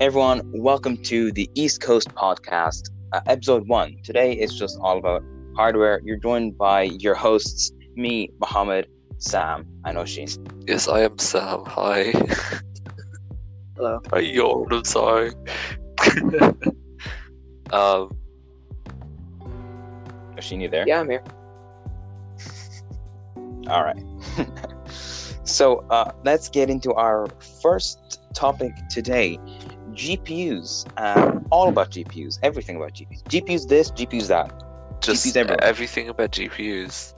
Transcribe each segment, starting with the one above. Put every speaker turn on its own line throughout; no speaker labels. everyone, welcome to the East Coast Podcast, uh, episode one. Today is just all about hardware. You're joined by your hosts, me, Mohammed, Sam, and Oshin.
Yes, I am Sam. Hi.
Hello.
I yawned. I'm sorry. um,
Oshin, you there?
Yeah, I'm here.
All right. so uh, let's get into our first topic today GPUs. Um, all about GPUs, everything about GPUs. GPUs this, GPUs that. GPUs
just
everywhere.
everything about GPUs.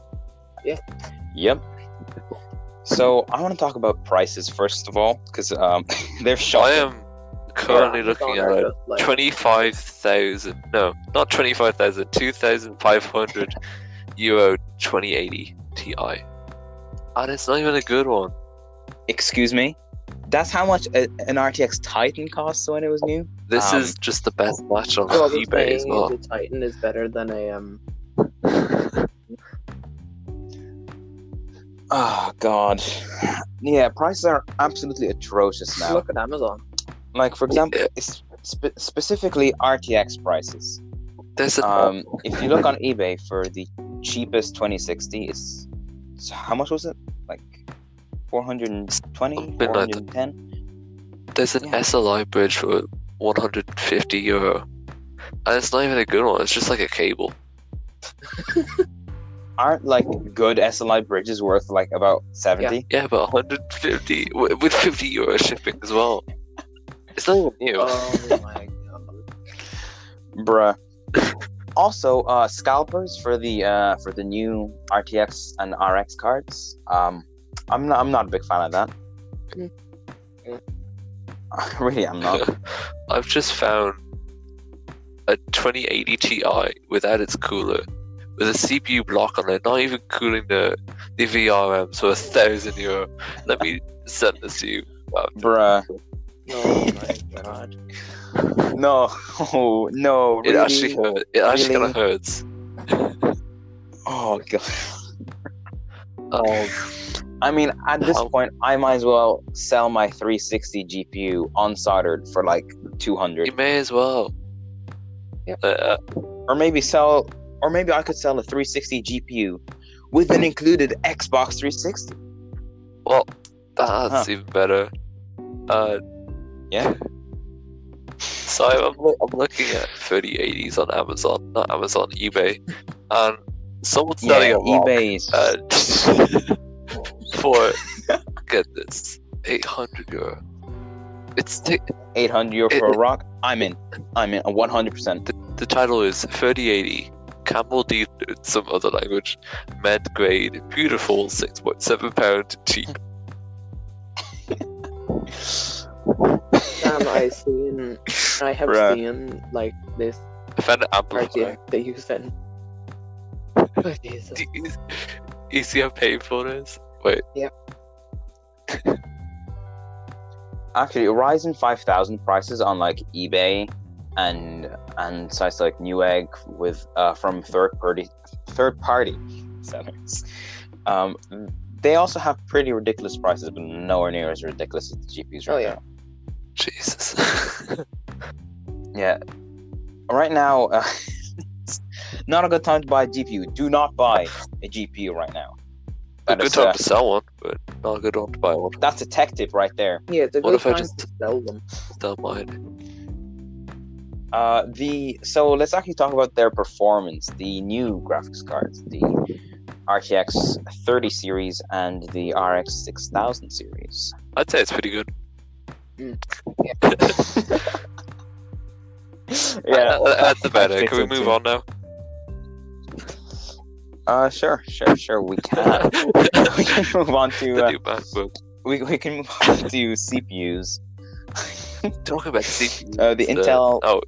Yep. So I want to talk about prices first of all, because um, they're
I
shocking.
am currently
Yeah,
looking
it's all
at
right, but, like,
twenty-five thousand. No, not twenty-five thousand. Two thousand five hundred euro twenty eighty Ti, and it's not even a good one.
Excuse me. That's how much a, an RTX Titan cost when it was new.
This
Um,
is just the best match on
So I'm
eBay as
saying
well.
the oh, Titan is better than a um.
Oh God. Yeah, prices are absolutely atrocious now.
Look at Amazon.
like for example,
Yeah.
it's spe- specifically RTX prices.
There's a
Um, if you look on eBay for the cheapest 2060, it's, it's how much was it? Like 420,
Something like that.
410.
There's an
Yeah.
SLI bridge for 150 euro, and it's not even a good one. It's just like a cable.
aren't like good SLI bridges worth like about 70?
Yeah, but 150 wi- with 50 euro shipping as well. It's not even new.
Oh my god.
Bruh. also, uh, scalpers for the uh, for the new RTX and RX cards. Um, I'm not I'm not a big fan of that.
Mm. Mm.
really, I'm not.
I've just found a 2080 Ti without its cooler, with a CPU block on it, not even cooling the the VRMs for a thousand euro. Let me send this to you.
Bruh.
Oh my god.
No. no.
It
really?
actually hurt. It actually
Really?
kind of hurts.
Oh god. Oh,
Um,
I mean, at this
How-
point, I might as well sell my 360 GPU unsoldered for like 200.
You may as well.
Yep.
Uh,
or maybe sell or maybe I could sell a 360 GPU with an included Xbox 360.
that's even better. Uh,
Yeah.
so I'm, loo- I'm looking at 3080s on Amazon, not Amazon, eBay, and someone's
Yeah,
selling a rock,
eBay is
uh, for get this 800 euro. It's the,
800 euro for
it-
a rock. I'm in. I'm in 100%.
the title is 3080 Camel D in some other language, med grade, beautiful, 6.7 pound, cheap.
Damn, I seen. I have
Bruh.
seen like this
I found an amplifier.
RTX that you sent. Oh, Jesus.
Do you, you see how painful it is? Wait,
Actually, Ryzen 5000 prices on like eBay and and sites like Newegg with uh, from third party third party sellers. Um, they also have pretty ridiculous prices, but nowhere near as ridiculous as the GPUs right
Oh, yeah.
now.
Jesus.
Yeah. Right now, uh, it's not a good time to buy a GPU. Do not buy a GPU right now.
a
That
good
is,
time
uh,
to sell one, but not a good one to buy one.
that's a tech tip right there.
Yeah, it's a
What
good
if I
time
just-
to sell them.
Don't mind.
Uh, the so let's actually talk about their performance. The new graphics cards, the RTX 30 series and the RX 6000 series.
I'd say it's pretty good.
Yeah.
Uh, That's the better. Can we
Fifteen,
move
too.
on now?
Uh, sure, sure, sure. We can. we can move on to
the
uh,
new MacBook.
we, we can move on to CPUs.
Talking about CPUs.
Uh, the
uh,
Intel
Oh,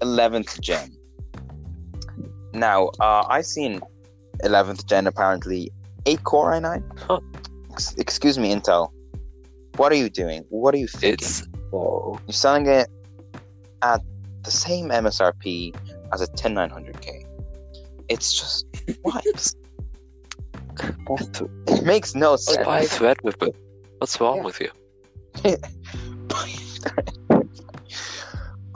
11th gen. Now, uh, i seen 11th gen apparently 8 core i9.
Huh.
Ex- excuse me, Intel. What are you doing? What are you thinking?
it's
You're selling it at the same MSRP as a 10900K. It's just. What? it makes no
it's
sense.
by a thread with it. What's wrong
Yeah.
with you?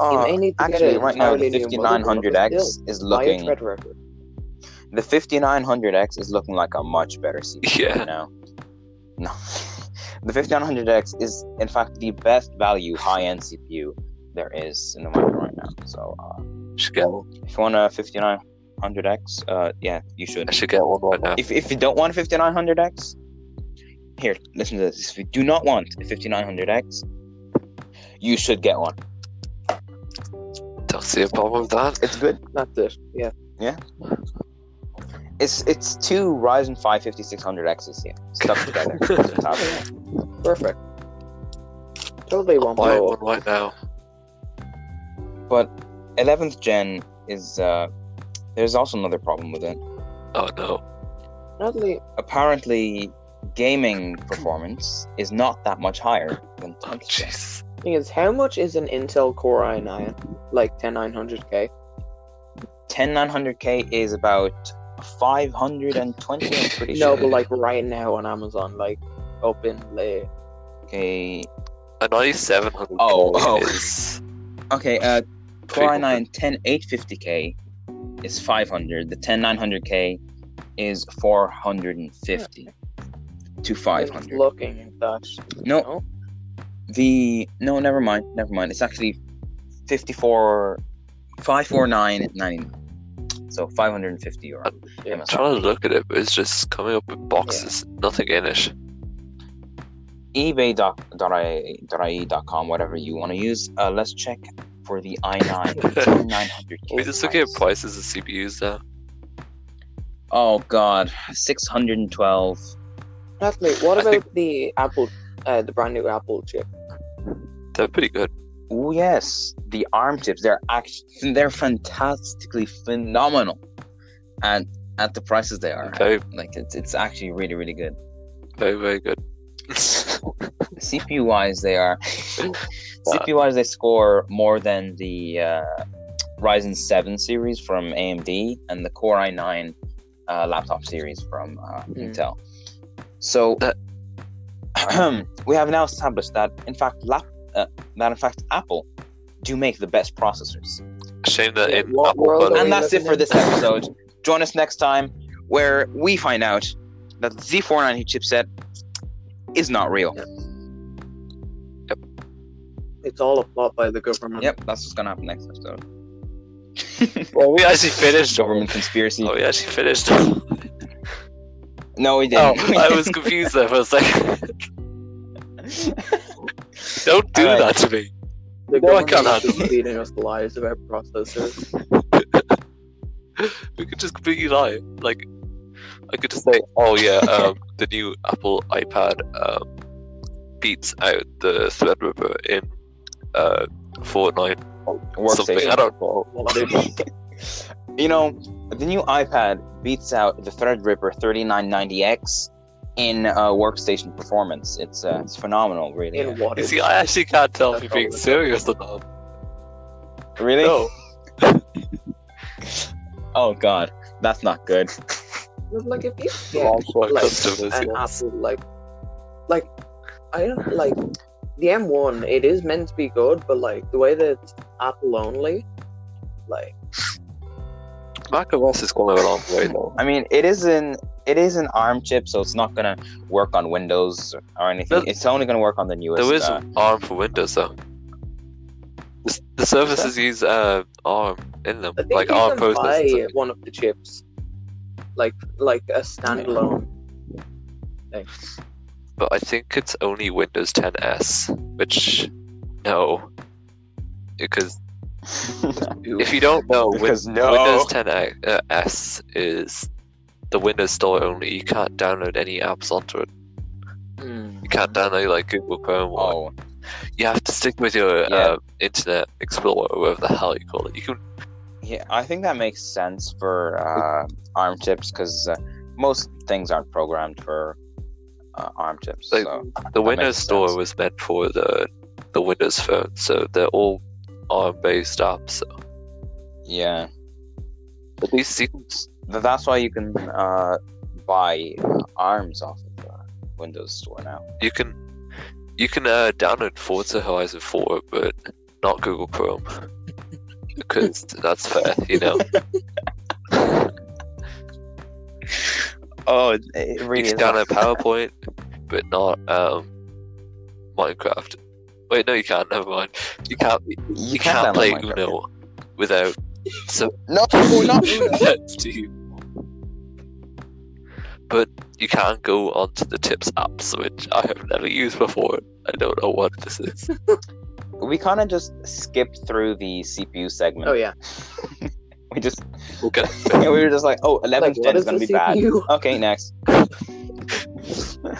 Oh,
may need to get
actually,
an
right now the
entirely new motherboard, but
5900X
still,
is
Buy a
looking
Threadripper.
the 5900X is looking like a much better CPU
Yeah.
now. No, the 5900X is in fact the best value high-end CPU there is in the market right now. So uh,
should get,
if you want a 5900X, uh, yeah, you should.
I should get one right now.
If, if you don't want a 5900X, here, listen to this. If you do not want a 5900X, you should get one.
Don't see a problem with that.
It's good.
That's it. Yeah.
It's it's two Ryzen 5 5600Xs yeah, stuck together.
Oh, yeah. Perfect. Totally won't
Buy
blow
one
up.
right now.
but 11th gen is uh, there's also another problem with it.
Oh no.
Not only
Apparently, gaming performance is not that much higher than
Oh
10th gen.
jeez.
thing is, how much is an Intel Core i9? Like 10900K?
10900K is about 520. I'm pretty
No,
sure.
but like right now on Amazon, like up in late.
Okay.
A 9700
Oh, oh.
is
Okay, uh,
People-
Core i9 10850K is 500. The 10900K is 450 to 500.
Looking at that.
no,
No?
the no, never mind, never mind. It's actually 54 549.99. So 550 euro.
Yeah.
I'm trying to look at it, but it's just coming up with boxes, nothing in it.
eBay.ie.com, E whatever you want to use. Uh, let's check for the i9 900K.
Can we just look at prices of CPUs now?
Oh god, 612
Natalie, what
I
about
think-
the Apple, uh, the brand new Apple chip?
They're pretty good.
Oh yes, the arm tips. They're act- they're fantastically phenomenal, and at the prices they are, at.
Very,
like it's it's actually really really good.
very, very good.
CPU wise, they are CPU wise they score more than the uh, Ryzen Seven series from AMD and the Core i9 uh, laptop series from uh,
Mm.
Intel. So
That-
we have now established that in fact lap- uh, that in fact Apple do make the best processors.
Shame that
Yeah,
in
what
Apple,
world
but
are
and
we
that's it
living
for
in?
this episode. Join us next time where we find out that the Z490 chipset is not real.
It's all a plot by the
Mm-hmm.
government.
Yep, that's what's gonna happen next episode.
well, we actually finished.
Government conspiracy.
Oh, we actually finished. oh,
No, we didn't.
I was confused there for a second. Don't do
Alright.
that to me.
The
No, I
government
can't
is just feeding us lies about processors.
We could just completely lie. Like, I could just say, "Oh yeah, um, the new Apple iPad um, beats out the Threadripper in uh, Fortnite." Something. I
Workstation.
don't
know.
What it is.
You know, the new iPad beats out the Threadripper 3990X in uh, workstation performance. It's uh, it's phenomenal, really.
In what
You
it
see, I actually can't tell if
That's
you're being
all.
serious or not.
Really?
No,
Oh God, that's not good.
But, like if you
Yeah.
get like an Apple like like I don't like the M1. It is meant to be good, but like the way that it's Apple only, like
Mac OS is going a long way though.
I mean, it is an it is an ARM chip, so it's not gonna work on Windows or anything.
There-
it's only gonna work on the newest.
There is
uh,
ARM for Windows though. The, the services use uh, ARM in them,
I think
like
you
ARM
can buy
processors.
one of the chips, like like a standalone.
But I think it's only Windows 10s, which no, because
uh,
if you don't know, Win-
because no,
Windows 10s uh, S is the Windows Store only. You can't download any apps onto it.
Hmm.
You can't download like Google Chrome or
oh,
you have to stick with your
Yeah.
uh, Internet Explorer, or whatever the hell you call it. You can
yeah, I think that makes sense for uh, ARM chips because uh, most things aren't programmed for uh, ARM chips.
Like-
so
the
That
Windows
makes
Store
sense.
was meant for the the Windows Phone, so they're all ARM-based apps. So
yeah,
at least you can,
Th- that's why you can uh, buy uh, ARMs off of uh, Windows Store now.
you can you can uh, download Forza Horizon 4, but not Google Chrome, because that's fair, you know.
Oh, it- it
You
really
can
is.
download PowerPoint, but not um, Minecraft. Wait, no, you can't. Never mind. You can't. You,
You
can't,
download
play
Minecraft.
Uno without. So
No, not Uno.
that's cheap. But you can't go onto the Tips apps, which I have never used before. I don't know what this is.
we kind of just skipped through the CPU segment.
Oh yeah.
We just
We'll get
we were just like, oh, 11
Like
to
what
10 is
is the
going to be bad.
CPU?
Okay, next.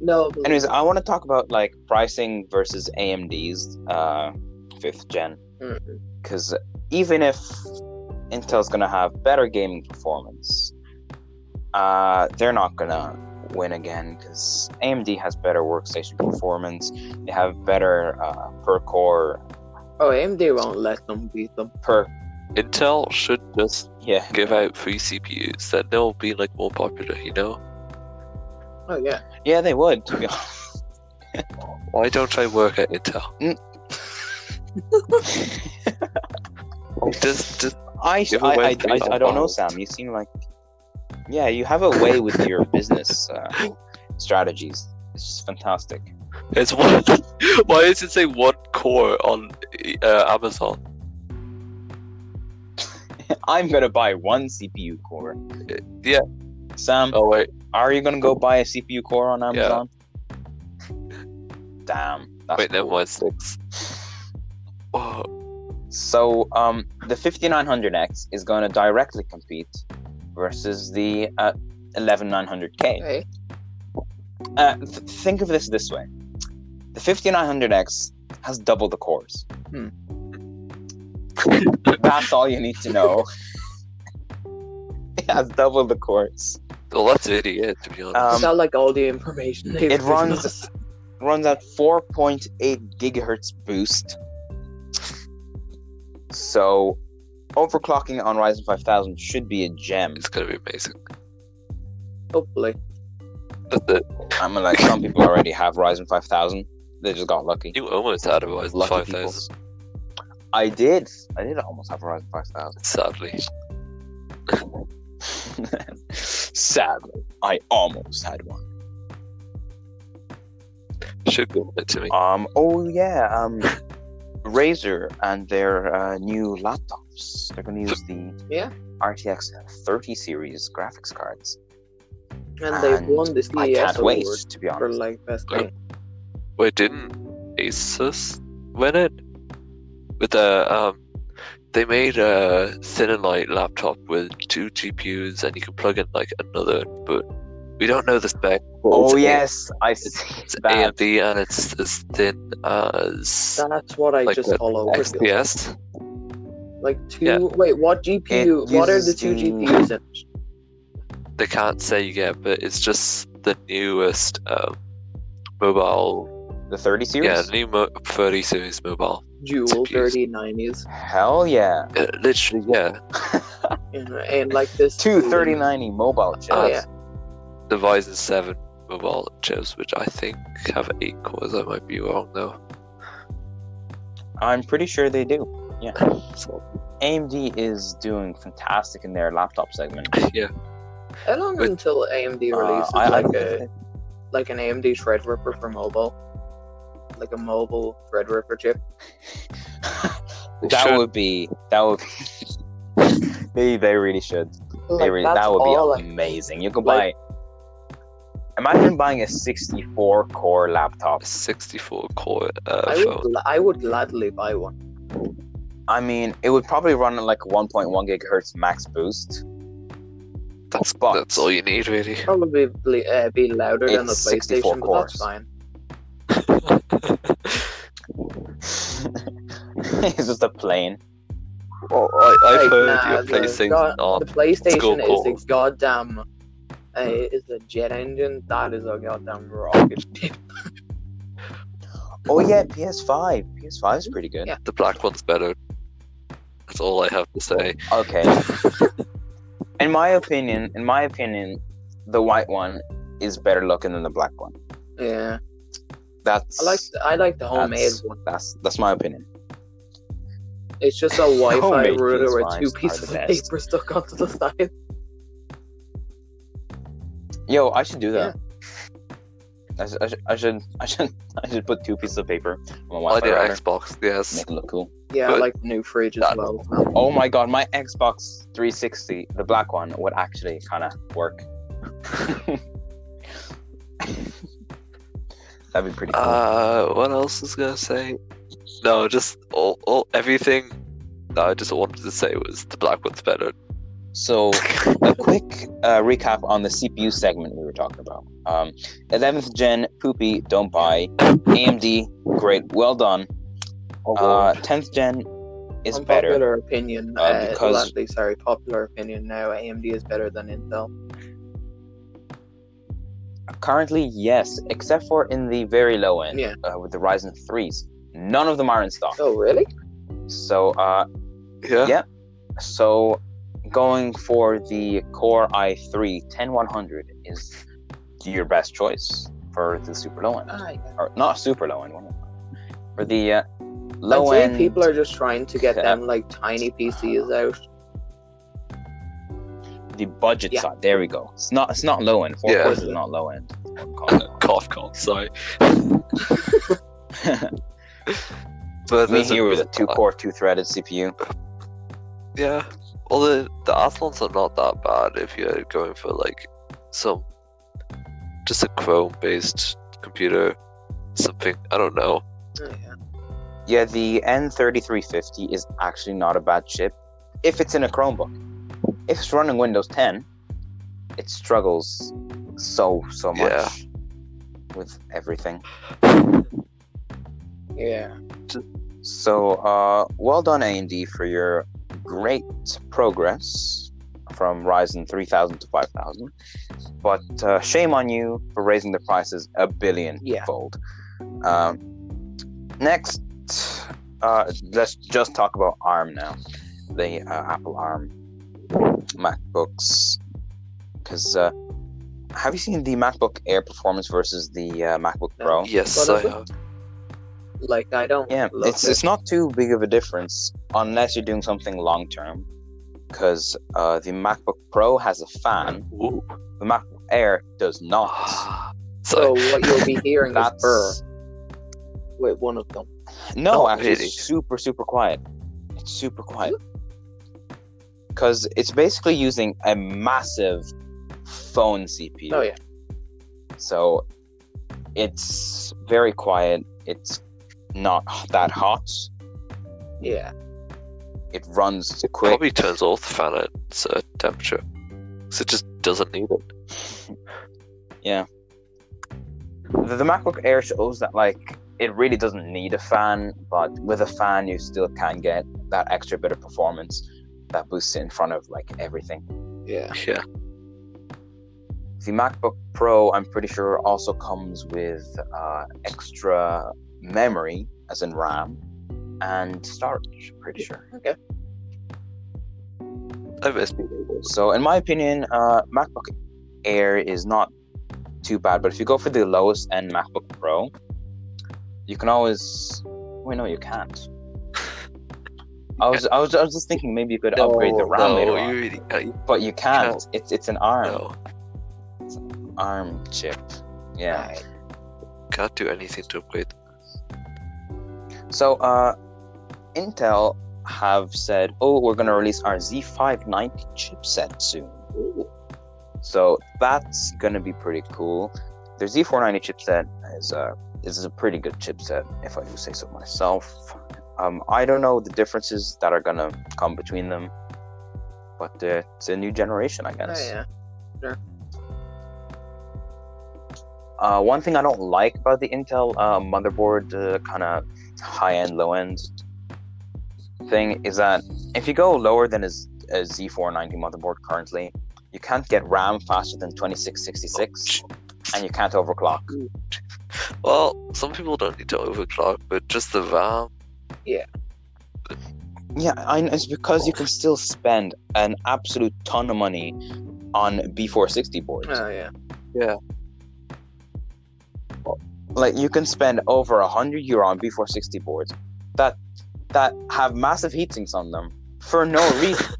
No. but-
Anyways, I want to talk about like pricing versus AMD's uh, fifth gen,
Mhm.
because even if Intel's going to have better gaming performance, uh, they're not going to win again because AMD has better workstation performance. They have better uh, per core
Oh, AMD won't let them beat them.
per
Intel should just
yeah.
give out free CPUs. Then they'll be like more popular. You know.
Oh yeah.
Yeah, they would. to be honest.
Why don't I work at Intel? Just, just
I,
Give
I, I,
away
I,
free
I don't know,
samples.
Sam. You seem like, yeah, you have a way with your business uh, strategies. It's just fantastic.
it's one. Why does it say one core on uh, Amazon?
I'm gonna buy one CPU core.
Uh, yeah.
Sam,
Oh wait,
are you gonna go buy a CPU core on Amazon? Damn. That's
wait, never mind. Six. Oh,
So um, the 5900X is gonna directly compete versus the uh, 11900K.
Hey.
uh, th- think of this this way the 5900x has double the cores
Hmm.
that's all you need to know it has double the cores
well, that's idiot to be honest.
Um,
Is that like all the information? they've
it
given us?
runs runs at 4.8 gigahertz boost so overclocking on ryzen 5000 should be a gem
it's gonna be amazing.
Hopefully.
That's it.
i'm like some people already have ryzen 5000 they just got lucky
You almost had a rise
lucky
five
people
thousand.
i did i did almost have a ryzen 5000
Sadly,
Sadly, I almost had one.
should give it to me.
Um. Oh yeah. Um. Razer and their uh, new laptops. They're gonna use the
Yeah.
RTX 30 series graphics cards.
And, they've
And
won the
I
CES
can't wait.
award
To be
for
honest,
like best
Yep.
thing.
Wait, didn't Asus win it? With the um, they made a thin and light laptop with two GPUs, and you can plug in like another. But we don't know the spec.
oh
It's-
yes, I see
it's
that.
AMD, and it's as thin as
That's what I
Like
just
that
follow.
XPS.
Like two.
Yeah.
Wait, what GPU?
It
What are the
uses
two
the-
GPUs in?
They can't say yet, but it's just the newest um, mobile.
The 30
Yeah,
series.
new mo- 30 series mobile.
Dual
CPUs.
3090s.
Hell yeah.
Uh, literally, yeah.
And, and like this.
Two 3090 mobile chips.
Oh, yeah.
the Ryzen 7 mobile chips, which I think have eight cores. I might be wrong though.
I'm pretty sure they do.
So,
AMD is doing fantastic in their laptop segment.
yeah,
How long
But-
until AMD
Uh,
releases
I- I
like
don't
a
think-
like an AMD Threadripper for mobile? Like a mobile Threadripper chip?
that
Should-
would be that would be they they really should they
Like,
really
that's
that would be
all I-
amazing you could
like-
buy imagine buying a 64 core laptop
64 core uh,
I would,
phone.
gla- I would gladly buy one.
i mean it would probably run at like 1.1 gigahertz max boost
That's
but-
that's all you need really.
Probably be- uh, be louder than the
It's 64
PlayStation, but that's
cores.
fine.
it's just a plane
Oh, I, I've
Like,
heard
nah,
your
the
PlayStation
god-
on
The PlayStation is
core.
a goddamn uh,
Hmm.
is a jet engine. That is a goddamn rocket ship.
oh yeah ps5 ps5 is pretty good
Yeah.
the black one's better. That's all I have to say.
okay in my opinion in my opinion the white one is better looking than the black one
Yeah.
That's
I like I like the homemade
that's,
one.
That's that's my opinion.
It's just a Wi-Fi
Homemade
router
PS5s
with two
are
pieces
the
of
best.
paper stuck onto the side.
Yo, I should do that. I, sh- I, sh- I should I should I should put two pieces of paper on my
On
Wi-Fi
your
router.
Xbox, yes.
Make it look cool.
Yeah, I
But-
like the new fridge as
That-
well.
Oh my god, my Xbox 360, the black one, would actually kind of work. That'd be pretty cool.
Uh, what else was gonna say? No, just all, all everything. that I just wanted to say was the black one's better.
so, a quick uh, recap on the CPU segment we were talking about. Um, 11th gen, poopy, don't buy. AMD, great, well done. Uh, 10th gen is better.
Popular opinion,
Uh,
uh,
because-
Lately, sorry, popular opinion now. AMD is better than Intel.
Currently, yes, except for in the very low end
Yeah.
uh, with the Ryzen 3s. None of them are in stock.
Oh really?
So, uh,
yeah.
Yeah. So going for the Core i3 10100 is your best choice for the super low end.
Ah, yeah.
Or not super low end, what am I- for the uh,
I'd
low
say
end.
people are just trying to get
Yeah.
them like tiny PCs out.
the budget
Yeah.
side. There we go. It's not. It's not low end. Four
Yeah.
cores is not low end.
Cough, cough. Sorry. But
Me
there's
here with a two core, two threaded CPU.
Yeah. Well, the, the Athlons are not that bad if you're going for like some just a Chrome based computer, something I don't know.
Oh, yeah.
Yeah, the N3350 is actually not a bad chip if it's in a Chromebook. If it's running Windows 10, it struggles so so much
Yeah.
with everything.
Yeah.
So, uh, well done AMD for your great progress from Ryzen 3000 to 5000. But uh, shame on you for raising the prices a billion
Yeah.
fold. Um, next, uh, let's just talk about ARM now. The uh, Apple ARM MacBooks. Because uh, have you seen the MacBook Air performance versus the uh, MacBook
No.
Pro?
Yes,
What
I
is it?
have.
Like I don't.
Yeah,
love
it's
it.
it's not too big of a difference unless you're doing something long term, because uh, the MacBook Pro has a fan,
Ooh.
the MacBook Air does not.
so
Oh,
So what you'll be hearing is
That's
burr with one of them.
no,
Oh,
actually,
really?
it's super super quiet. It's super quiet because it's basically using a massive phone CPU.
Oh yeah.
So it's very quiet. It's not that hot.
Yeah.
It runs quick.
probably turns off the fan at a certain temperature, so it just doesn't need it.
the, the MacBook Air shows that like it really doesn't need a fan, but with a fan you still can get that extra bit of performance that boosts it in front of like everything.
Yeah.
Yeah.
The MacBook Pro, I'm pretty sure, also comes with uh, extra memory, as in RAM, and storage. Pretty sure.
Okay.
I miss.
So, in my opinion, uh, MacBook Air is not too bad, but if you go for the lowest end MacBook Pro, you can always. Wait, no, you can't. I was, I was, I was just thinking maybe you could
No,
upgrade the RAM
No,
later
you
on,
really can't.
but you can't.
can't.
It's it's an ARM
No,
ARM chip. Yeah.
Right.
can't do anything to upgrade.
So, uh, Intel have said, oh, we're gonna release our Z590 chipset soon.
Ooh.
So that's gonna be pretty cool. Their Z490 chipset is a is a pretty good chipset, if I do say so myself. Um, I don't know the differences that are gonna come between them, but uh, it's a new generation, I
Oh
guess.
yeah.
Uh, one thing I don't like about the Intel uh, motherboard, uh, kind of high end, low end thing, is that if you go lower than a, Z- a Z490 motherboard currently, you can't get RAM faster than 2666 and you can't overclock.
Well, some people don't need to overclock, but just the RAM.
Yeah, I, it's because you can still spend an absolute ton of money on B460 boards.
Oh yeah.
like you can spend over a hundred euro on B460 boards that that have massive heat sinks on them for no reason.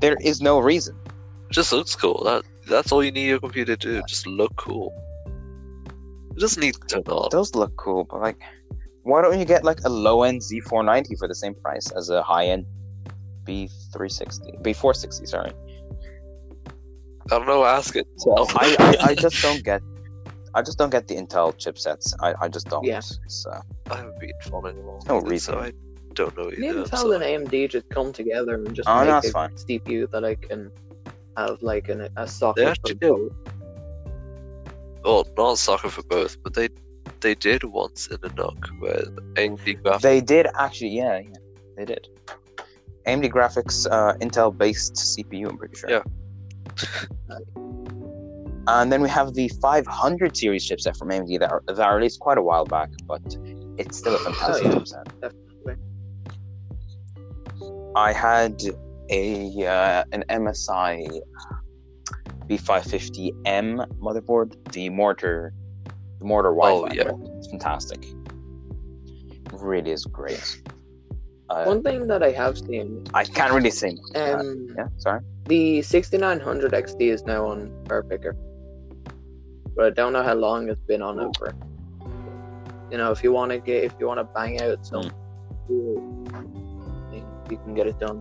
there is no reason.
just looks cool. That that's all you need your computer to do. Just look cool. It doesn't need to turn on.
Those look cool, but like, why don't you get like a low end Z490 for the same price as a high end B360, B460? Sorry.
I don't know. Ask it.
I, I, I just don't get. I just don't get the Intel chipsets. I, I just don't.
Yeah.
So
I haven't been following along.
No
with it,
reason.
So I don't know either.
Maybe
I'm
Intel
sorry.
and AMD just come together and just
Oh, no,
make
it's
a
fine.
CPU that I can have like an, a
They
socket.
actually
for
do.
both.
Well, not soccer for both, but they they did once in a knock where AMD graphics.
They did actually, yeah, yeah, they did. AMD graphics, uh, Intel-based CPU, I'm pretty sure.
Yeah.
and then we have the 500 series chipset from AMD that, are, that I released quite a while back, but it's still a fantastic
yeah.
chipset.
Definitely.
I had a uh, an MSI B550M motherboard, the mortar, the mortar
Oh,
Wi-Fi.
yeah.
board. It's fantastic. Really is great. Uh,
One thing that I have seen,
I can't really sing. Uh,
um,
yeah, sorry.
the 6900 XT is now on Power Picker, but I don't know how long it's been on it for. You know, if you want to get, if you want to bang out some,
Mm.
cool thing, you can get it done.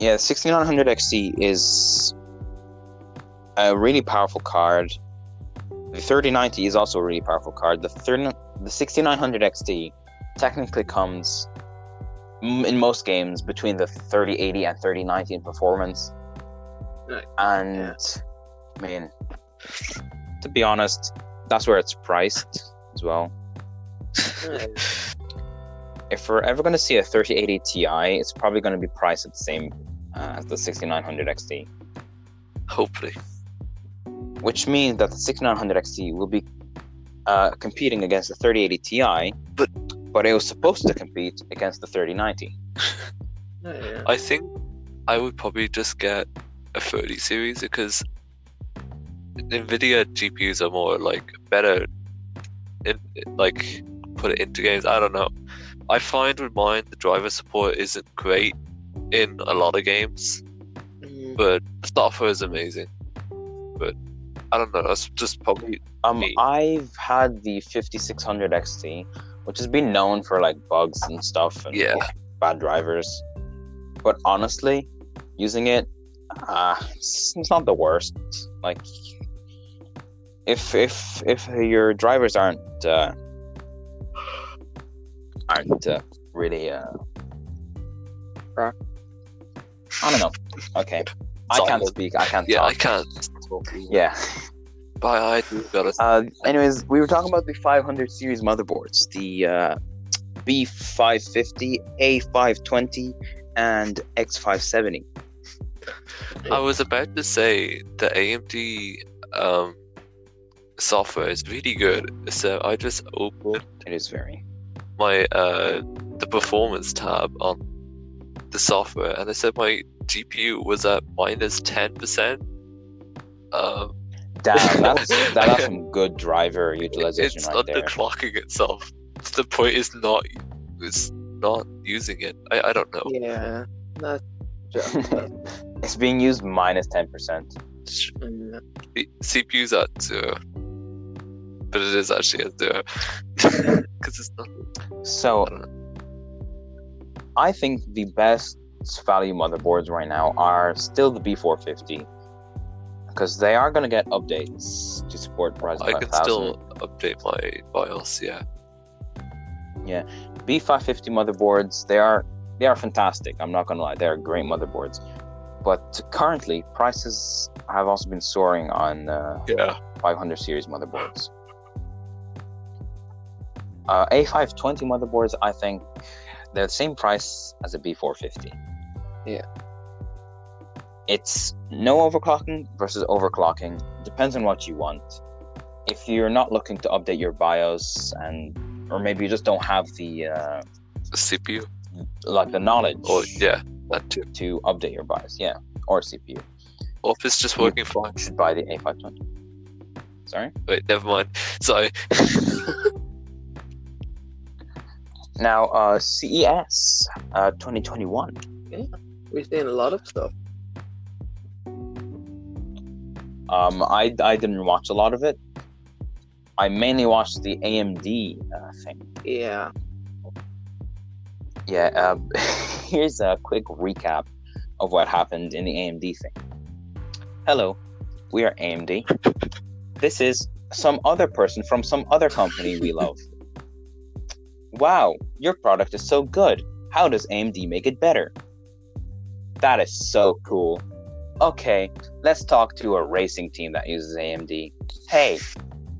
Yeah, 6900 XT is a really powerful card. The 3090 is also a really powerful card. The 30, the 6900 XT technically comes m- in most games between the 3080 and 3090 in performance.
Right.
And I mean, to be honest, that's where it's priced as well.
Oh, Yeah.
if we're ever going to see a 3080 Ti, it's probably going to be priced at the same uh, as the 6900 XT,
Hopefully,
which means that the 6900 XT will be uh, competing against the 3080 Ti,
But-
but it was supposed to compete against the 3090.
Oh, Yeah.
I think I would probably just get a 30 series because Nvidia GPUs are more like better, in, like put it into games. I don't know. I find with mine the driver support isn't great in a lot of games,
Mm.
Oh.
but the software is amazing. But I don't know. That's just probably
Um,
Me.
I've had the 5600 XT, which has been known for like bugs and stuff and
yeah.
bad drivers, but honestly, using it, uh, it's, it's not the worst. Like, if if if your drivers aren't uh, aren't uh, really, uh, I don't know. Okay, I can't
Solid.
speak. I can't
Yeah, I
talk.
can't.
Yeah.
But I do gotta.
Uh, anyways, we were talking about the 500 series motherboards, the uh, B550, A520, and X570.
I was about to say the AMD um, software is really good. So I just opened
It is very.
my uh, the performance tab on the software, and it said my GPU was at minus ten percent. Um,
Damn, that's that, that's some good driver utilization
it's
right there.
underclocking itself. The point is not it's not using it. I, I don't know.
Yeah, that's just,
it's being used minus ten percent.
Sh-
mm,
the CPU's at zero, but it is actually at zero because it's not.
So,
I don't
I think the best value motherboards right now are still the B450 because they are going to get updates to support Ryzen
I
5000.
can still update my BIOS. Yeah,
B550 motherboards, they are they are fantastic. I'm not gonna lie, they are great motherboards. But currently, prices have also been soaring on uh,
yeah.
500 series motherboards. Uh, A520 motherboards, I think they're the same price as a B450.
Yeah.
It's no overclocking versus overclocking. Depends on what you want. If you're not looking to update your BIOS and or maybe you just don't have the uh,
CPU
like the knowledge
or yeah, that too.
to update your BIOS, yeah, or CPU, you
Or if it's just working fine.
should buy the A520. Sorry.
Wait, never mind. Sorry.
Now, uh, CES uh, 2021.
We've seen a lot of stuff.
Um, I, I didn't watch a lot of it. I mainly watched the AMD uh, thing.
Yeah.
Yeah. Uh, here's a quick recap of what happened in the AMD thing. Hello, we are AMD. this is some other person from some other company we love. Wow, your product is so good. How does AMD make it better? That is so cool. Okay, let's talk to a racing team that uses AMD. Hey,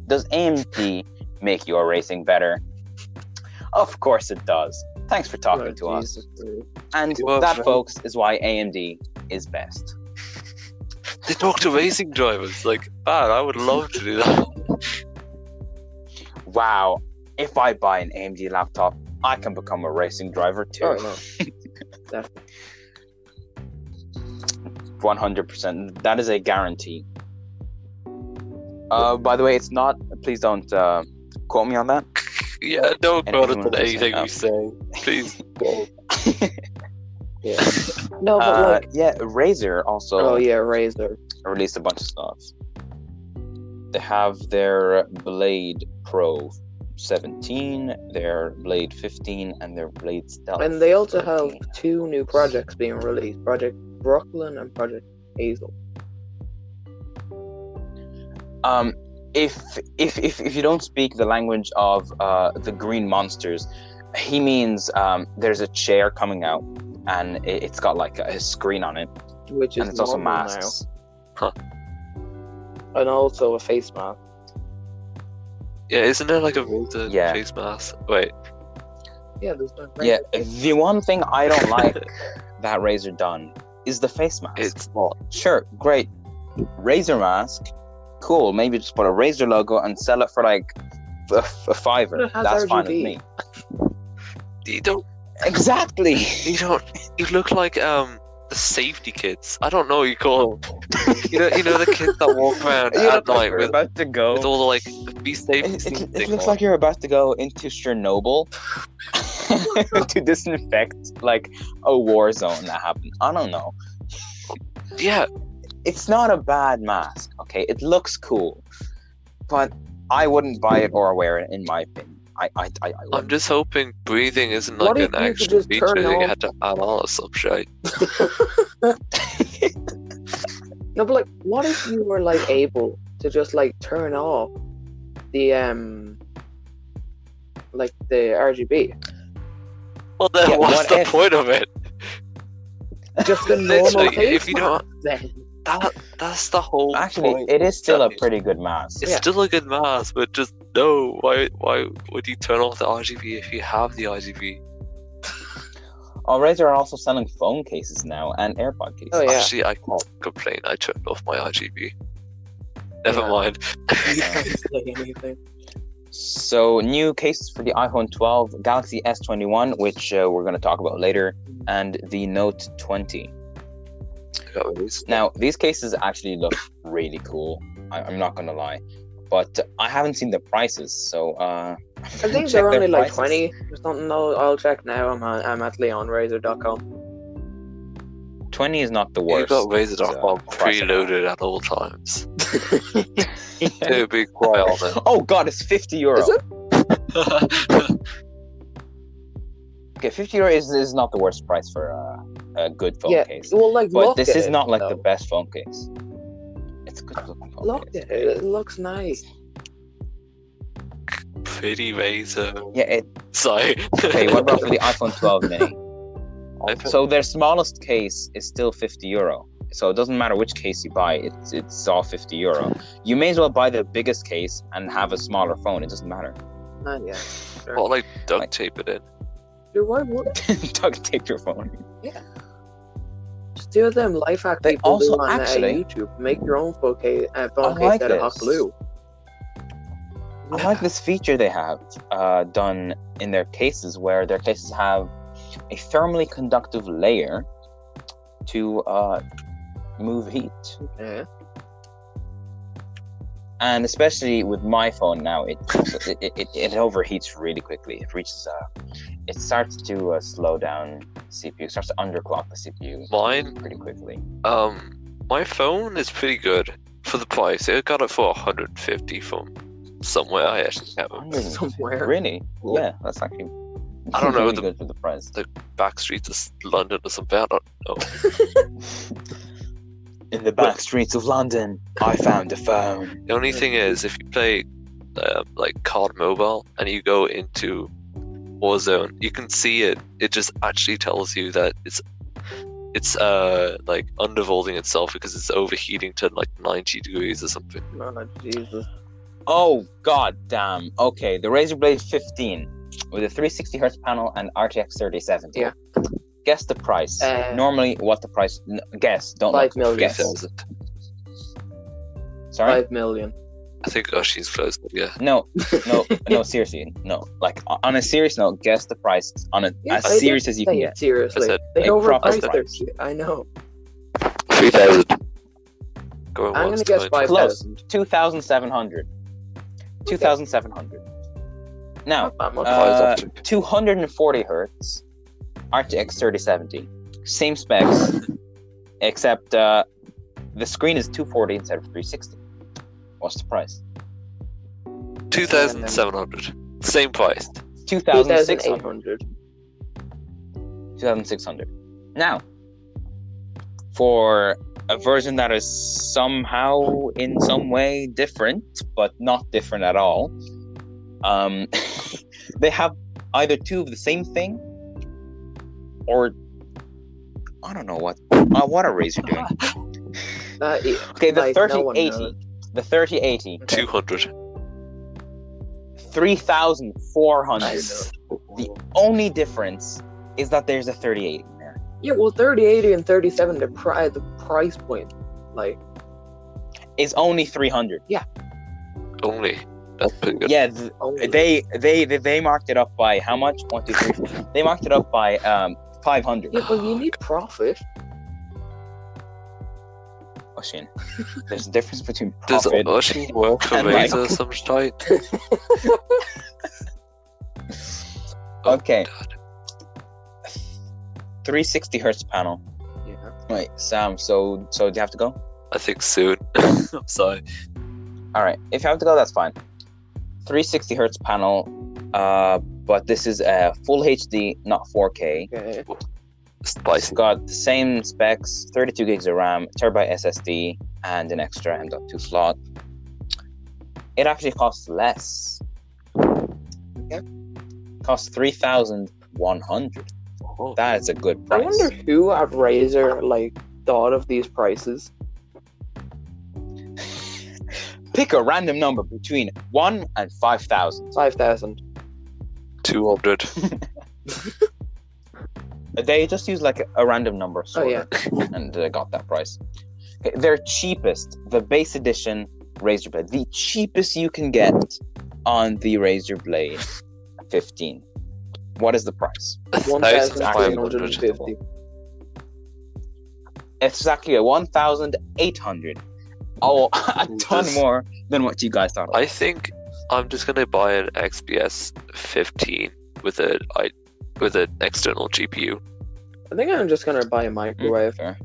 does AMD make your racing better? Of course it does. Thanks for talking
Oh,
to us.
Jesus, dude.
And
Well,
that,
friend.
folks, is why AMD is best.
They talk to racing drivers. Like, man, I would love to do that.
Wow, if I buy an AMD laptop, I can become a racing driver too.
Oh no.
100%. That is a guarantee. Uh, by the way, it's not. Please don't uh, quote me on that.
Yeah, don't quote us
Anyone
on anything
listen
we
up.
say. Please.
Yeah. No, Oh, but
Uh,
like.
yeah, Razer also
Oh yeah, Razor.
released a bunch of stuff. They have their Blade Pro 17, their Blade 15, and their Blade Stealth.
And they also
13.
have two new projects being released: Project Brooklyn and Project Hazel.
um, if, if if if you don't speak the language of uh, the green monsters, he means um, there's a chair coming out, and it, it's got like a screen on it,
Which is
and it's also
normal
masks.
now, and also a face mask.
Yeah, isn't there like a Razor
Yeah.
face mask? Wait,
Yeah, there's no
Yeah, the one thing I don't like that Razor done is the face mask.
it's not.
sure, great, Razor mask, cool. Maybe just put a Razor logo and sell it for like a, a
But
fiver.
it has
That's fine with
RGB.
me.
You don't.
Exactly.
You don't. You look like um the safety kids. I don't know what you call them. You know, you know the kids that walk around
You're
at night with,
about to go.
with all the like be safe.
It,
safety
it, it
thing
looks
on.
like you're about to go into Chernobyl to disinfect like a war zone that happened. I don't know.
Yeah,
It's not a bad mask, okay? It looks cool, but I wouldn't buy it or wear it in my opinion. I, I, I, I
I'm
wouldn't.
just hoping breathing isn't
What
like
if
an
you could
actual
just
feature
turn
that you
off-
had to add on or some shit.
No, but like, what if you were like able to just like turn off the um, like the RGB,
Well, then
Yeah,
what's
what
the
if-
point of it?
just the normal
Literally,
face
if you don't,
mask then.
that that's the whole.
Actually,
point.
it is still a
Exactly.
pretty good mask.
It's
Yeah.
still a good mask, but just no. Why? Why would you turn off the RGB if you have the RGB?
Oh, Razer are also selling phone cases now and AirPod cases.
Oh, yeah.
Actually, I can't complain. I turned off my RGB. Never
Yeah.
mind.
Yeah.
Like anything.
So, new cases for the iPhone 12, Galaxy S21, which uh, we're going to talk about later, and the Note 20. Now, these cases actually look really cool. I- I'm not gonna lie, but I haven't seen the prices, so uh,
I think
check
they're
their
only like
prices.
twenty or something. Though I'll check now. I'm on, I'm at leonrazor.com.
20 is not the
you
worst.
got Razor.com
so, price it out.
preloaded at all times. to be quite honest.
oh god, it's 50 euro.
Is it?
Okay, 50 euro is, is not the worst price for uh, a good phone
Yeah,
case,
well, like
but
look
this
at
is
it,
not like
though.
the best phone case. It's a good looking phone
Look
case.
at it. It looks nice.
Pretty uh, Razor.
Yeah, it,
Sorry.
okay, what about for the iPhone 12 mini?
I put-
So their smallest case is still 50 euro. So it doesn't matter which case you buy, it's it's all 50 euro. You may as well buy the biggest case and have a smaller phone. It doesn't matter.
Not yet.
What, like duct tape it in?
Dude, why would
Duct tape your phone.
two of them life hack
They
people
also
do on uh,
actually-
YouTube? Make your own phone case, uh, phone
I
case
like
out of
this.
hot glue.
I like this feature they have uh, done in their cases, where their cases have a thermally conductive layer to uh, move heat.
Yeah.
and especially with my phone now, it it, it, it overheats really quickly. It reaches uh, it starts to uh, slow down CPU. It starts to underclock the CPU
Mine
pretty quickly.
Um, my phone is pretty good for the price. I got it for 150 from somewhere. I actually can't remember.
Really?
somewhere.
Really?
Cool.
Yeah, that's actually.
I don't know
really
the-
good for the price.
Back streets of London or something. I don't know.
In the back streets of London, I found a phone.
The only
Hmm.
thing is, if you play um, like COD Mobile and you go into Warzone, you can see it. It just actually tells you that it's it's uh like undervolting itself because it's overheating to like 90 degrees or something.
Oh, Jesus.
Oh god damn. Okay, the Razer Blade 15 with a 360 hertz panel and RTX 3070.
Yeah.
Guess the price.
Uh,
Normally, what the price? n- guess. Don't
Five
look.
million.
Guess.
3000.
Sorry.
Five million.
I think Oshi's close. Yeah.
No, no, no. Seriously, no. Like o- on a serious note, guess the price on a
Yeah,
as
I
serious as you can
Say
get.
it seriously.
I said-
they
Like, proper
overpriced their
price.
shit. I know.
3000. Going
I'm
once,
gonna guess
going
five
Close.
thousand.
Two thousand seven hundred. Two thousand seven hundred. Now,
Not that much.
Uh,
twice. Five up to-
two hundred and forty hertz, RTX thirty seventy. Same specs, except uh, the screen is two forty instead of three sixty. What's the price?
2700. Same price.
Two
Two
thousand
thousand
six
eight
hundred.
hundred.
Two thousand six hundred. Now, for a version that is somehow in some way different, but not different at all, um, they have either two of the same thing, or I don't know what uh, what are Razer doing.
That is,
Okay, the
like, no one
3080,
knows.
the 3080,
200.
3,400.
Nice.
The only difference is that there's a 3080 in there.
Yeah, well, 3080 and 37 the pri- the price point, like
It's only 300.
Only. That's pretty good.
Yeah, th-
only
they, they they they marked it up by how much? One, two, three, four. They marked it up by um 500.
Yeah, but you need profit.
Oh, Shane. There's a difference between
Does
profit.
Oshi work for
And, like-
Razer of some type?
Okay.
Oh, God.
360 hertz panel.
Yeah.
Wait, Sam. So so do you have to go?
I think soon. I'm sorry.
All right. If you have to go, that's fine. 360 hertz panel, uh, but this is a full HD, not 4K.
Okay.
It's
Spicy.
got the same specs: 32 gigs of RAM, terabyte SSD, and an extra M.2 slot. It actually costs less.
Okay.
Costs three thousand one hundred.
Oh,
That is a good
I
price.
wonder who at Razer like thought of these prices.
Pick a random number between one and five thousand.
Five thousand.
200.
They just used like a random number,
Oh
sort of.
yeah.
and uh, got that price. Okay, their cheapest, the base edition Razor Blade, the cheapest you can get on the Razor Blade 15. What is the price?
One thousand three hundred and
1,500.
fifty.
It's exactly a 1,800. Oh, a ton
Jesus.
more than what you guys thought.
I think I'm just gonna buy an XPS 15 with a I, with an external GPU.
I think I'm just gonna buy a microwave.
Fair.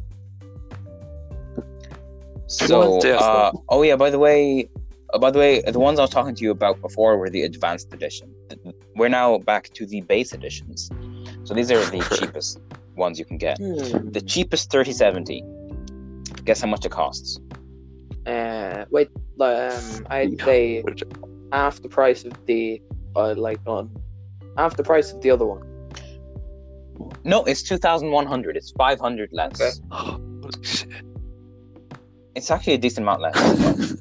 So,
Well,
uh, oh yeah. By the way, uh, by the way, the ones I was talking to you about before were the advanced edition. We're now back to the base editions. So these are the cheapest ones you can get.
Hmm.
The cheapest 3070. Guess how much it costs?
Uh, wait. Um, I'd say half the price of the uh, like on half the price of the other one.
No, it's 2,100. It's 500 less.
Okay.
Holy shit.
It's actually a decent amount less.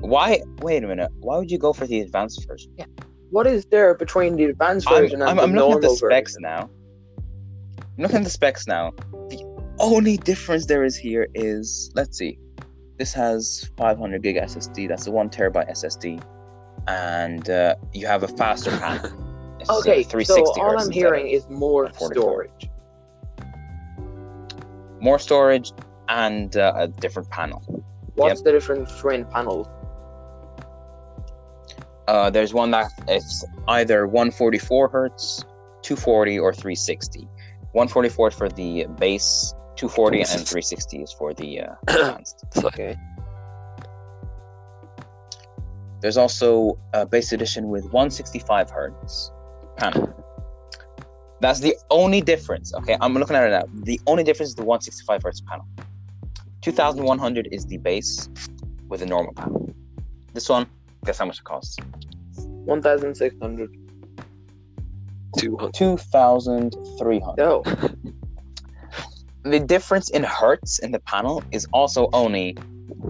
Why? Wait a minute. Why would you go for the advanced version?
What is there between the advanced
I'm,
version
I'm,
and
I'm looking
the normal
at the specs
version?
now. I'm looking at the specs now. The only difference there is here is let's see. This has 500 gig SSD. That's a one terabyte SSD, and uh, you have a faster panel. It's, uh,
Okay, so
360
all
hertz
I'm
instead
hearing
of-
is more
44.
storage.
more storage and uh, a different panel.
What's the difference between panels?
Uh, there's one that it's either 144 hertz, 240, or 360. 144 is for the base, 240 and 360 is for the uh, advanced.
So,
There's also a base edition with 165 hertz panel. That's the only difference. Okay, I'm looking at it now. The only difference is the 165 hertz panel. 2100 is the base with a normal panel. This one, guess how much it costs?
1,600.
200.
2300.
No.
The difference in hertz in the panel is also only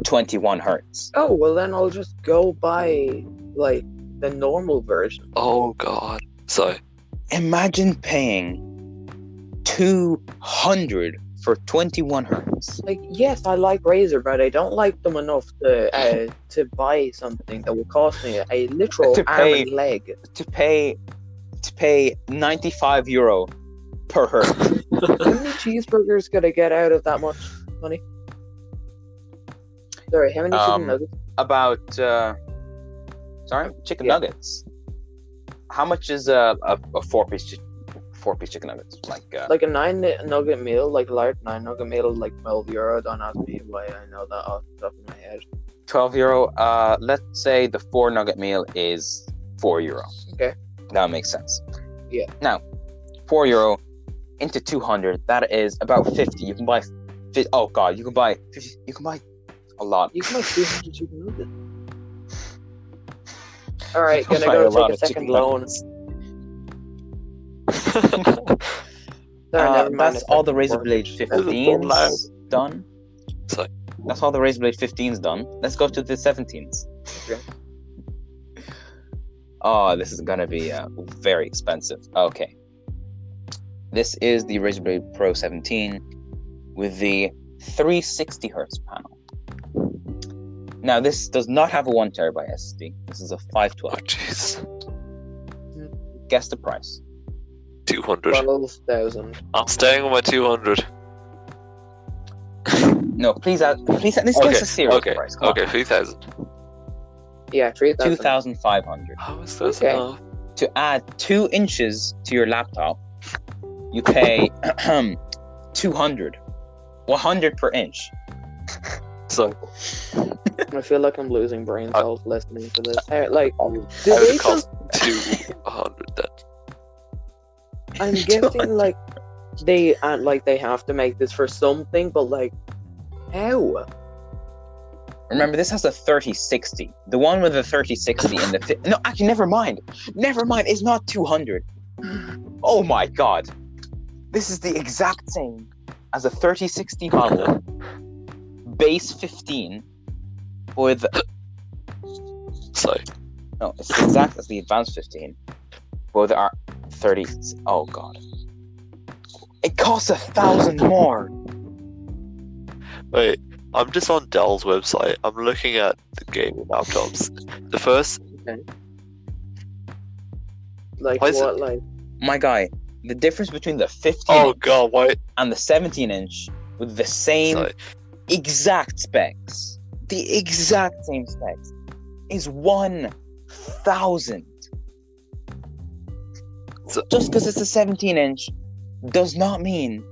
21 hertz.
Oh, well, then I'll just go buy, like, the normal version.
Oh god. So
Imagine paying 200 for 21 hertz.
Like, yes, I like Razer, but I don't like them enough to uh, to buy something that will cost me a literal
To
arm
pay.
and leg.
To pay to pay 95 euro per hertz.
How many cheeseburgers could I get out of that much money? Sorry, how many
Um,
chicken nuggets?
About uh sorry, chicken
Yeah.
nuggets. How much is a, a, a four piece chi- four piece chicken nuggets? Like uh,
Like a nine nugget meal, like a large nine nugget meal, like 12 euro. Don't ask me why I know that off the top of my head.
12 euro. Uh, let's say the four nugget meal is four euro.
Okay.
That makes sense.
Yeah.
Now, four euro into 200, that is about 50. You can buy, fi- oh God, you can buy, 50, you can buy a lot.
You can make 200 chicken nuggets. Alright,
You
gonna
can buy
go
lot
take a
of
second
chicken
loan.
nuggets.
Sorry,
Uh,
never mind,
that's
it's
all the
like
Razor
four.
Blade
so
15's done.
Sorry.
That's all the Razor Blade 15's done. Let's go to the 17's.
Okay.
Oh, this is gonna be uh, very expensive. Okay. This is the Razor Blade Pro 17 with the 360 hertz panel. Now, this does not have a one terabyte SSD. This is a
oh
512.
jeez.
Guess the price.
Two hundred.
12,000.
I'm staying on my two hundred.
No, please, add, please, add, this
Okay,
is a serious
Okay.
price.
Ah.
Come on.
Okay, three thousand.
Yeah, 3,000.
2,500.
How is this
Okay.
enough?
to add two inches to your laptop, you pay 200, 100 per inch.
So
I feel like I'm losing brain
Uh, um,
cells listening to this. Uh, like, do
would
they
cost-
just-
two hundred then.
I'm guessing like they uh, like they have to make this for something, but like how?
Remember, this has a 3060. The one with the 3060 and the. Fi- no, actually, never mind. Never mind. It's not 200. Oh my god. This is the exact same as a 3060 model, base 15, with.
So
No, it's the exact as the advanced 15. Both are 30. Oh god. It costs a thousand more.
Wait, I'm just on Dell's website. I'm looking at the gaming laptops. The first,
Like
Why is
what? Like
My guy, the difference between the 15
oh god, why?
and the 17 inch with the same
Sorry.
exact specs, the exact same specs, is 1,000.
So-
Just because it's a 17 inch does not mean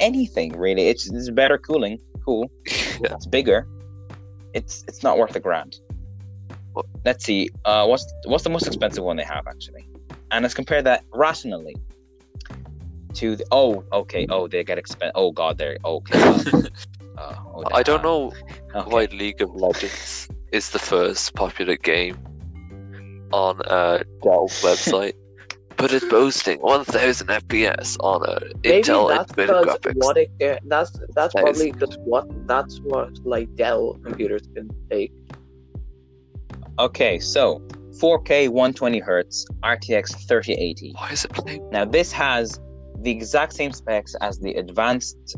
anything, really. It's, it's better cooling. Cool.
Yeah.
It's bigger. It's it's not worth a grand.
What?
Let's see. Uh, what's what's the most expensive one they have actually? And let's compare that rationally to the oh okay oh they get expensive oh god they're okay. uh, oh,
I
uh,
don't know
okay.
why League of Legends is the first popular game on uh, Dell's website, but it's boasting 1,000 FPS on uh,
maybe
Intel
that's
Infinity
because
graphics.
what it uh, that's that's
That is-
probably just what that's what like Dell computers can take.
Okay, so 4K 120 hertz RTX 3080.
Why is it playing?
Now this has the exact same specs as the advanced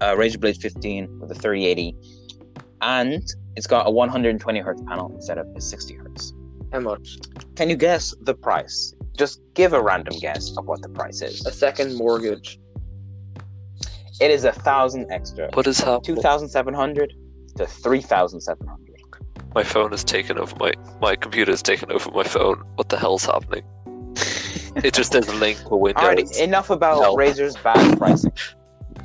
uh, Razer Blade 15 with the 3080, and it's got a 120 hertz panel instead of a 60 hertz.
How much?
Can you guess the price? Just give a random guess of what the price is.
A second mortgage.
It is a thousand extra,
What is happening?
2,700 to 3,700.
My phone has taken over my my computer has taken over my phone. What the hell's happening? it just says link for Windows.
Alrighty, enough about
No.
Razer's bad pricing.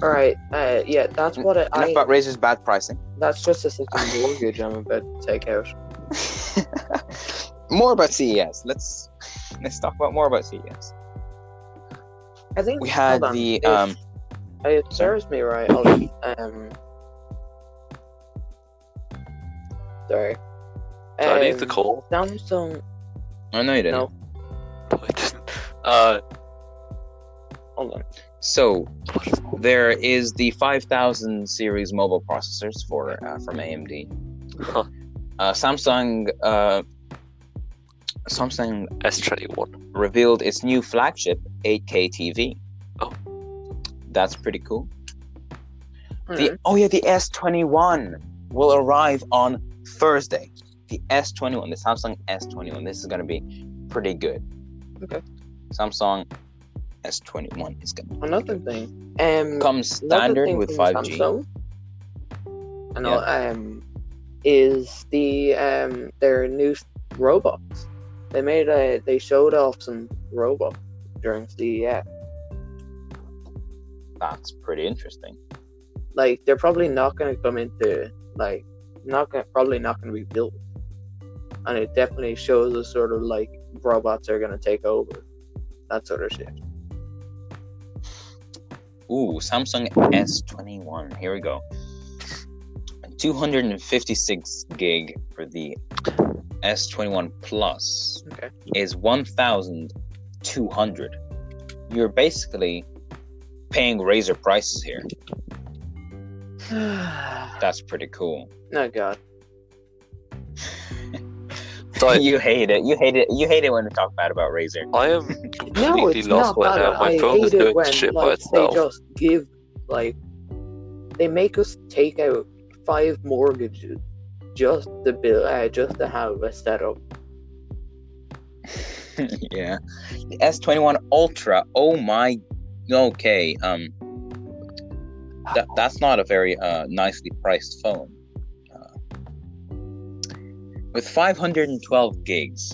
All right. Uh, yeah, that's what it,
enough
I.
about Razer's bad pricing.
That's just a system mortgage I'm about to take out.
more about CES. Let's let's talk about more about CES.
I think
We had
hold on,
the
if
um
it serves me right. I'll, um. Sorry.
Do I need the
Um,
call?
Samsung.
I know oh, you didn't.
No.
No, I didn't. Uh,
Hold on.
So
what is-
there is the 5000 series mobile processors for uh, from AMD.
huh,
Uh, Samsung uh, Samsung
S21.
revealed its new flagship 8K TV.
Oh.
That's pretty cool.
Hmm.
The oh yeah, the S21 will arrive on Thursday. The S21, the Samsung S21. This is gonna be pretty good.
Okay.
Samsung S21 is gonna
Another thing. Um.
come
Another
standard
thing
with
from
5G.
Samsung, and all, um, is the um their new robots. They made a they showed off some robots during uh, CES.
That's pretty interesting.
Like they're probably not going to come into like not gonna, probably not going to be built, and it definitely shows us sort of like robots are going to take over that sort of shit.
Ooh, Samsung S21. Here we go. 256 gig for the S21 Plus
Okay.
is 1,200. You're basically paying razor prices here. That's pretty cool.
oh God.
So I,
you hate it. You hate it. You hate it when we talk bad about razor.
I am
No,
completely
it's
lost
not
right
bad.
now. My
I
phone is
hate it
doing
when
shit by
like, they
itself.
just give like they make us take out five mortgages just to build, uh, just to have a setup.
yeah. The S21 Ultra. Oh my. Okay. Um. That, that's not a very uh, nicely priced phone. Uh, with 512 gigs,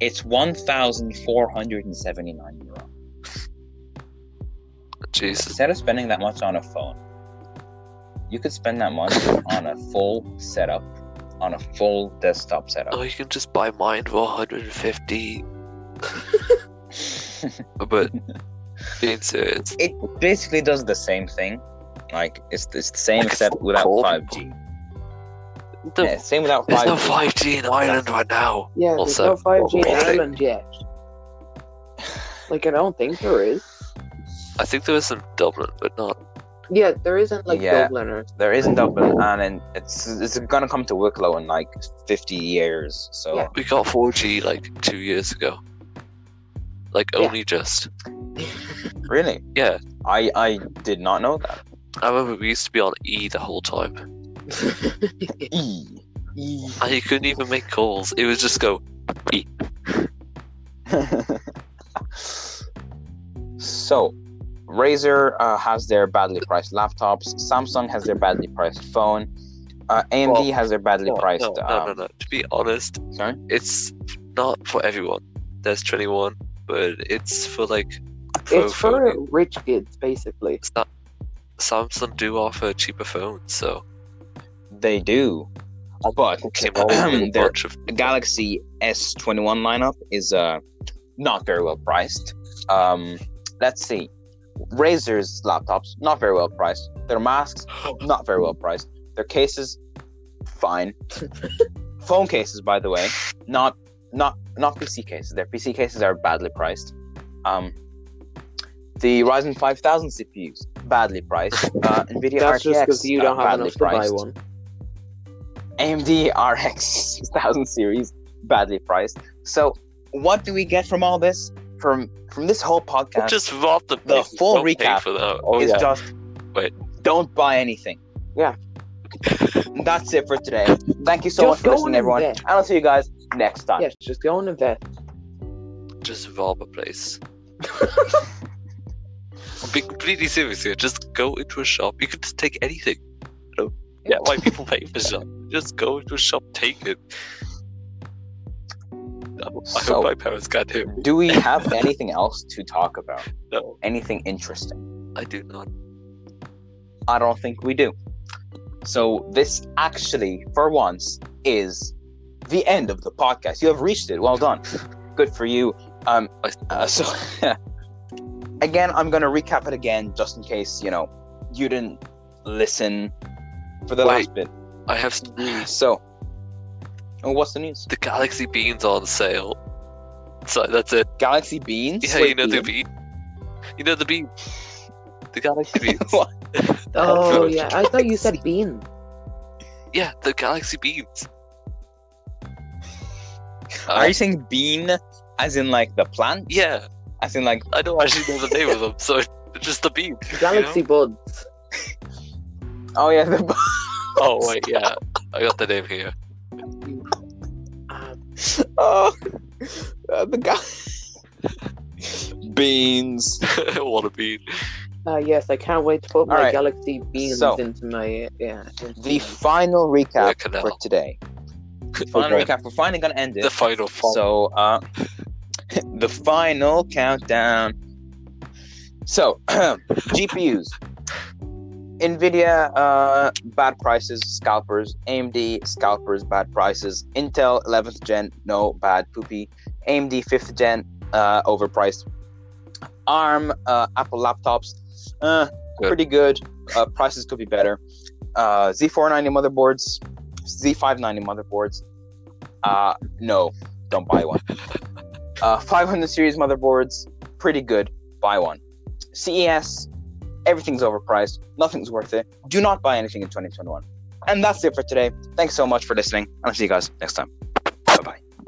it's 1,479 euro.
Jesus.
instead of spending that much on a phone, you could spend that much on a full setup, on a full desktop
Oh,
setup.
you can just buy mine for 150. But being serious,
it basically does the same thing. Like it's, it's the same
Like a
except
phone
without
call.
five G.
the,
Yeah, same without
there's no
five G.
5G in Ireland right now.
Yeah,
Also,
there's no five G in
okay.
Ireland yet. Like I don't think there is.
I think there is some Dublin, but not.
Yeah, there isn't like
Yeah.
Dublin or
There isn't Dublin, and in- it's it's gonna come to Wicklow in like fifty years. So
Yeah.
We got 4G like two years ago. Like
Yeah.
only just.
really,
Yeah,
I I did not know that.
I remember we used to be on E the whole time.
E.
And you couldn't even make calls. It was just go E.
so, Razer uh, has their badly priced laptops. Samsung has their badly priced phone. Uh, AMD
Well,
has their badly
No,
priced.
no, no,
um,
no, no. To be honest,
Sorry?
it's not for everyone. There's 21, but it's for like.
It's for
folk.
rich kids basically.
It's not- Samsung do offer cheaper phones, so
They do. But
it came out with a
they're-
bunch of
the Galaxy S21 lineup is uh, not very well priced. Um, let's see. Razer's laptops, not very well priced. Their masks, not very well priced. Their cases, fine. Phone cases, by the way, not not not PC cases. Their PC cases are badly priced. Um, the Ryzen 5000 CPUs, badly priced. Uh, NVIDIA
That's just
RTX,
because you
uh,
don't have
badly
enough to buy
priced.
one.
AMD RX 6000 series, badly priced. So, what do we get from all this? From from this whole podcast
just rob the
The
people,
full
don't pay
recap
for that.
is just
Wait.
don't buy anything.
Yeah.
That's it for today. Thank you so
Just
much for
go
listening,
and
everyone.
invest.
And I'll see you guys next time.
Yes, just go and invest.
just rob a place. I'm being completely serious here. Just go into a shop. You can just take anything. get why people pay for stuff. Just go to a shop, take it. I I
So-
hope my parents got him.
Do we have anything else to talk about?
No,
Anything interesting?
I do not.
I don't think we do. So this actually, for once, is the end of the podcast. You have reached it. Well done. Good for you. Um,
I-
uh, so again, I'm gonna recap it again just in case you know you didn't listen for the
Wait.
last bit.
I have some news.
So, oh, what's the news?
The Galaxy Beans are on sale. So that's it.
Galaxy Beans.
Yeah,
Wait,
you know the
Ian?
bean. You know the bean. The Galaxy Beans.
What?
Oh
Comfort.
yeah, I thought you said bean.
yeah, the Galaxy Beans.
Are
Uh,
you saying bean, as in like the plant,
yeah,
as in like
I don't actually know the name of them, so it's just the bean. you know?
Galaxy buds.
oh yeah, the
Oh wait, yeah, I got the name here.
Ah,
Oh, uh, the guy. Beans.
what a bean!
ah, yes, I can't wait to put my
Alright,
galaxy beans
so-
into my yeah. Into
The
my-
final
Yeah,
recap
canal.
for today. Final recap. We're finally gonna end
The
it.
final form.
So, uh, the final countdown. So, GPUs. Nvidia, uh, bad prices, scalpers. AMD, scalpers, bad prices. Intel 11th gen, no bad poopy. AMD 5th gen, uh, overpriced. ARM, uh, Apple laptops, uh,
Good.
pretty good. Uh, prices could be better. Uh, Z490 motherboards, Z590 motherboards. Uh, no, don't buy one. Uh, 500 series motherboards, pretty good. Buy one. CES, everything's overpriced. Nothing's worth it. Do not buy anything in 2021. And that's it for today. Thanks so much for listening. I'll see you guys next time.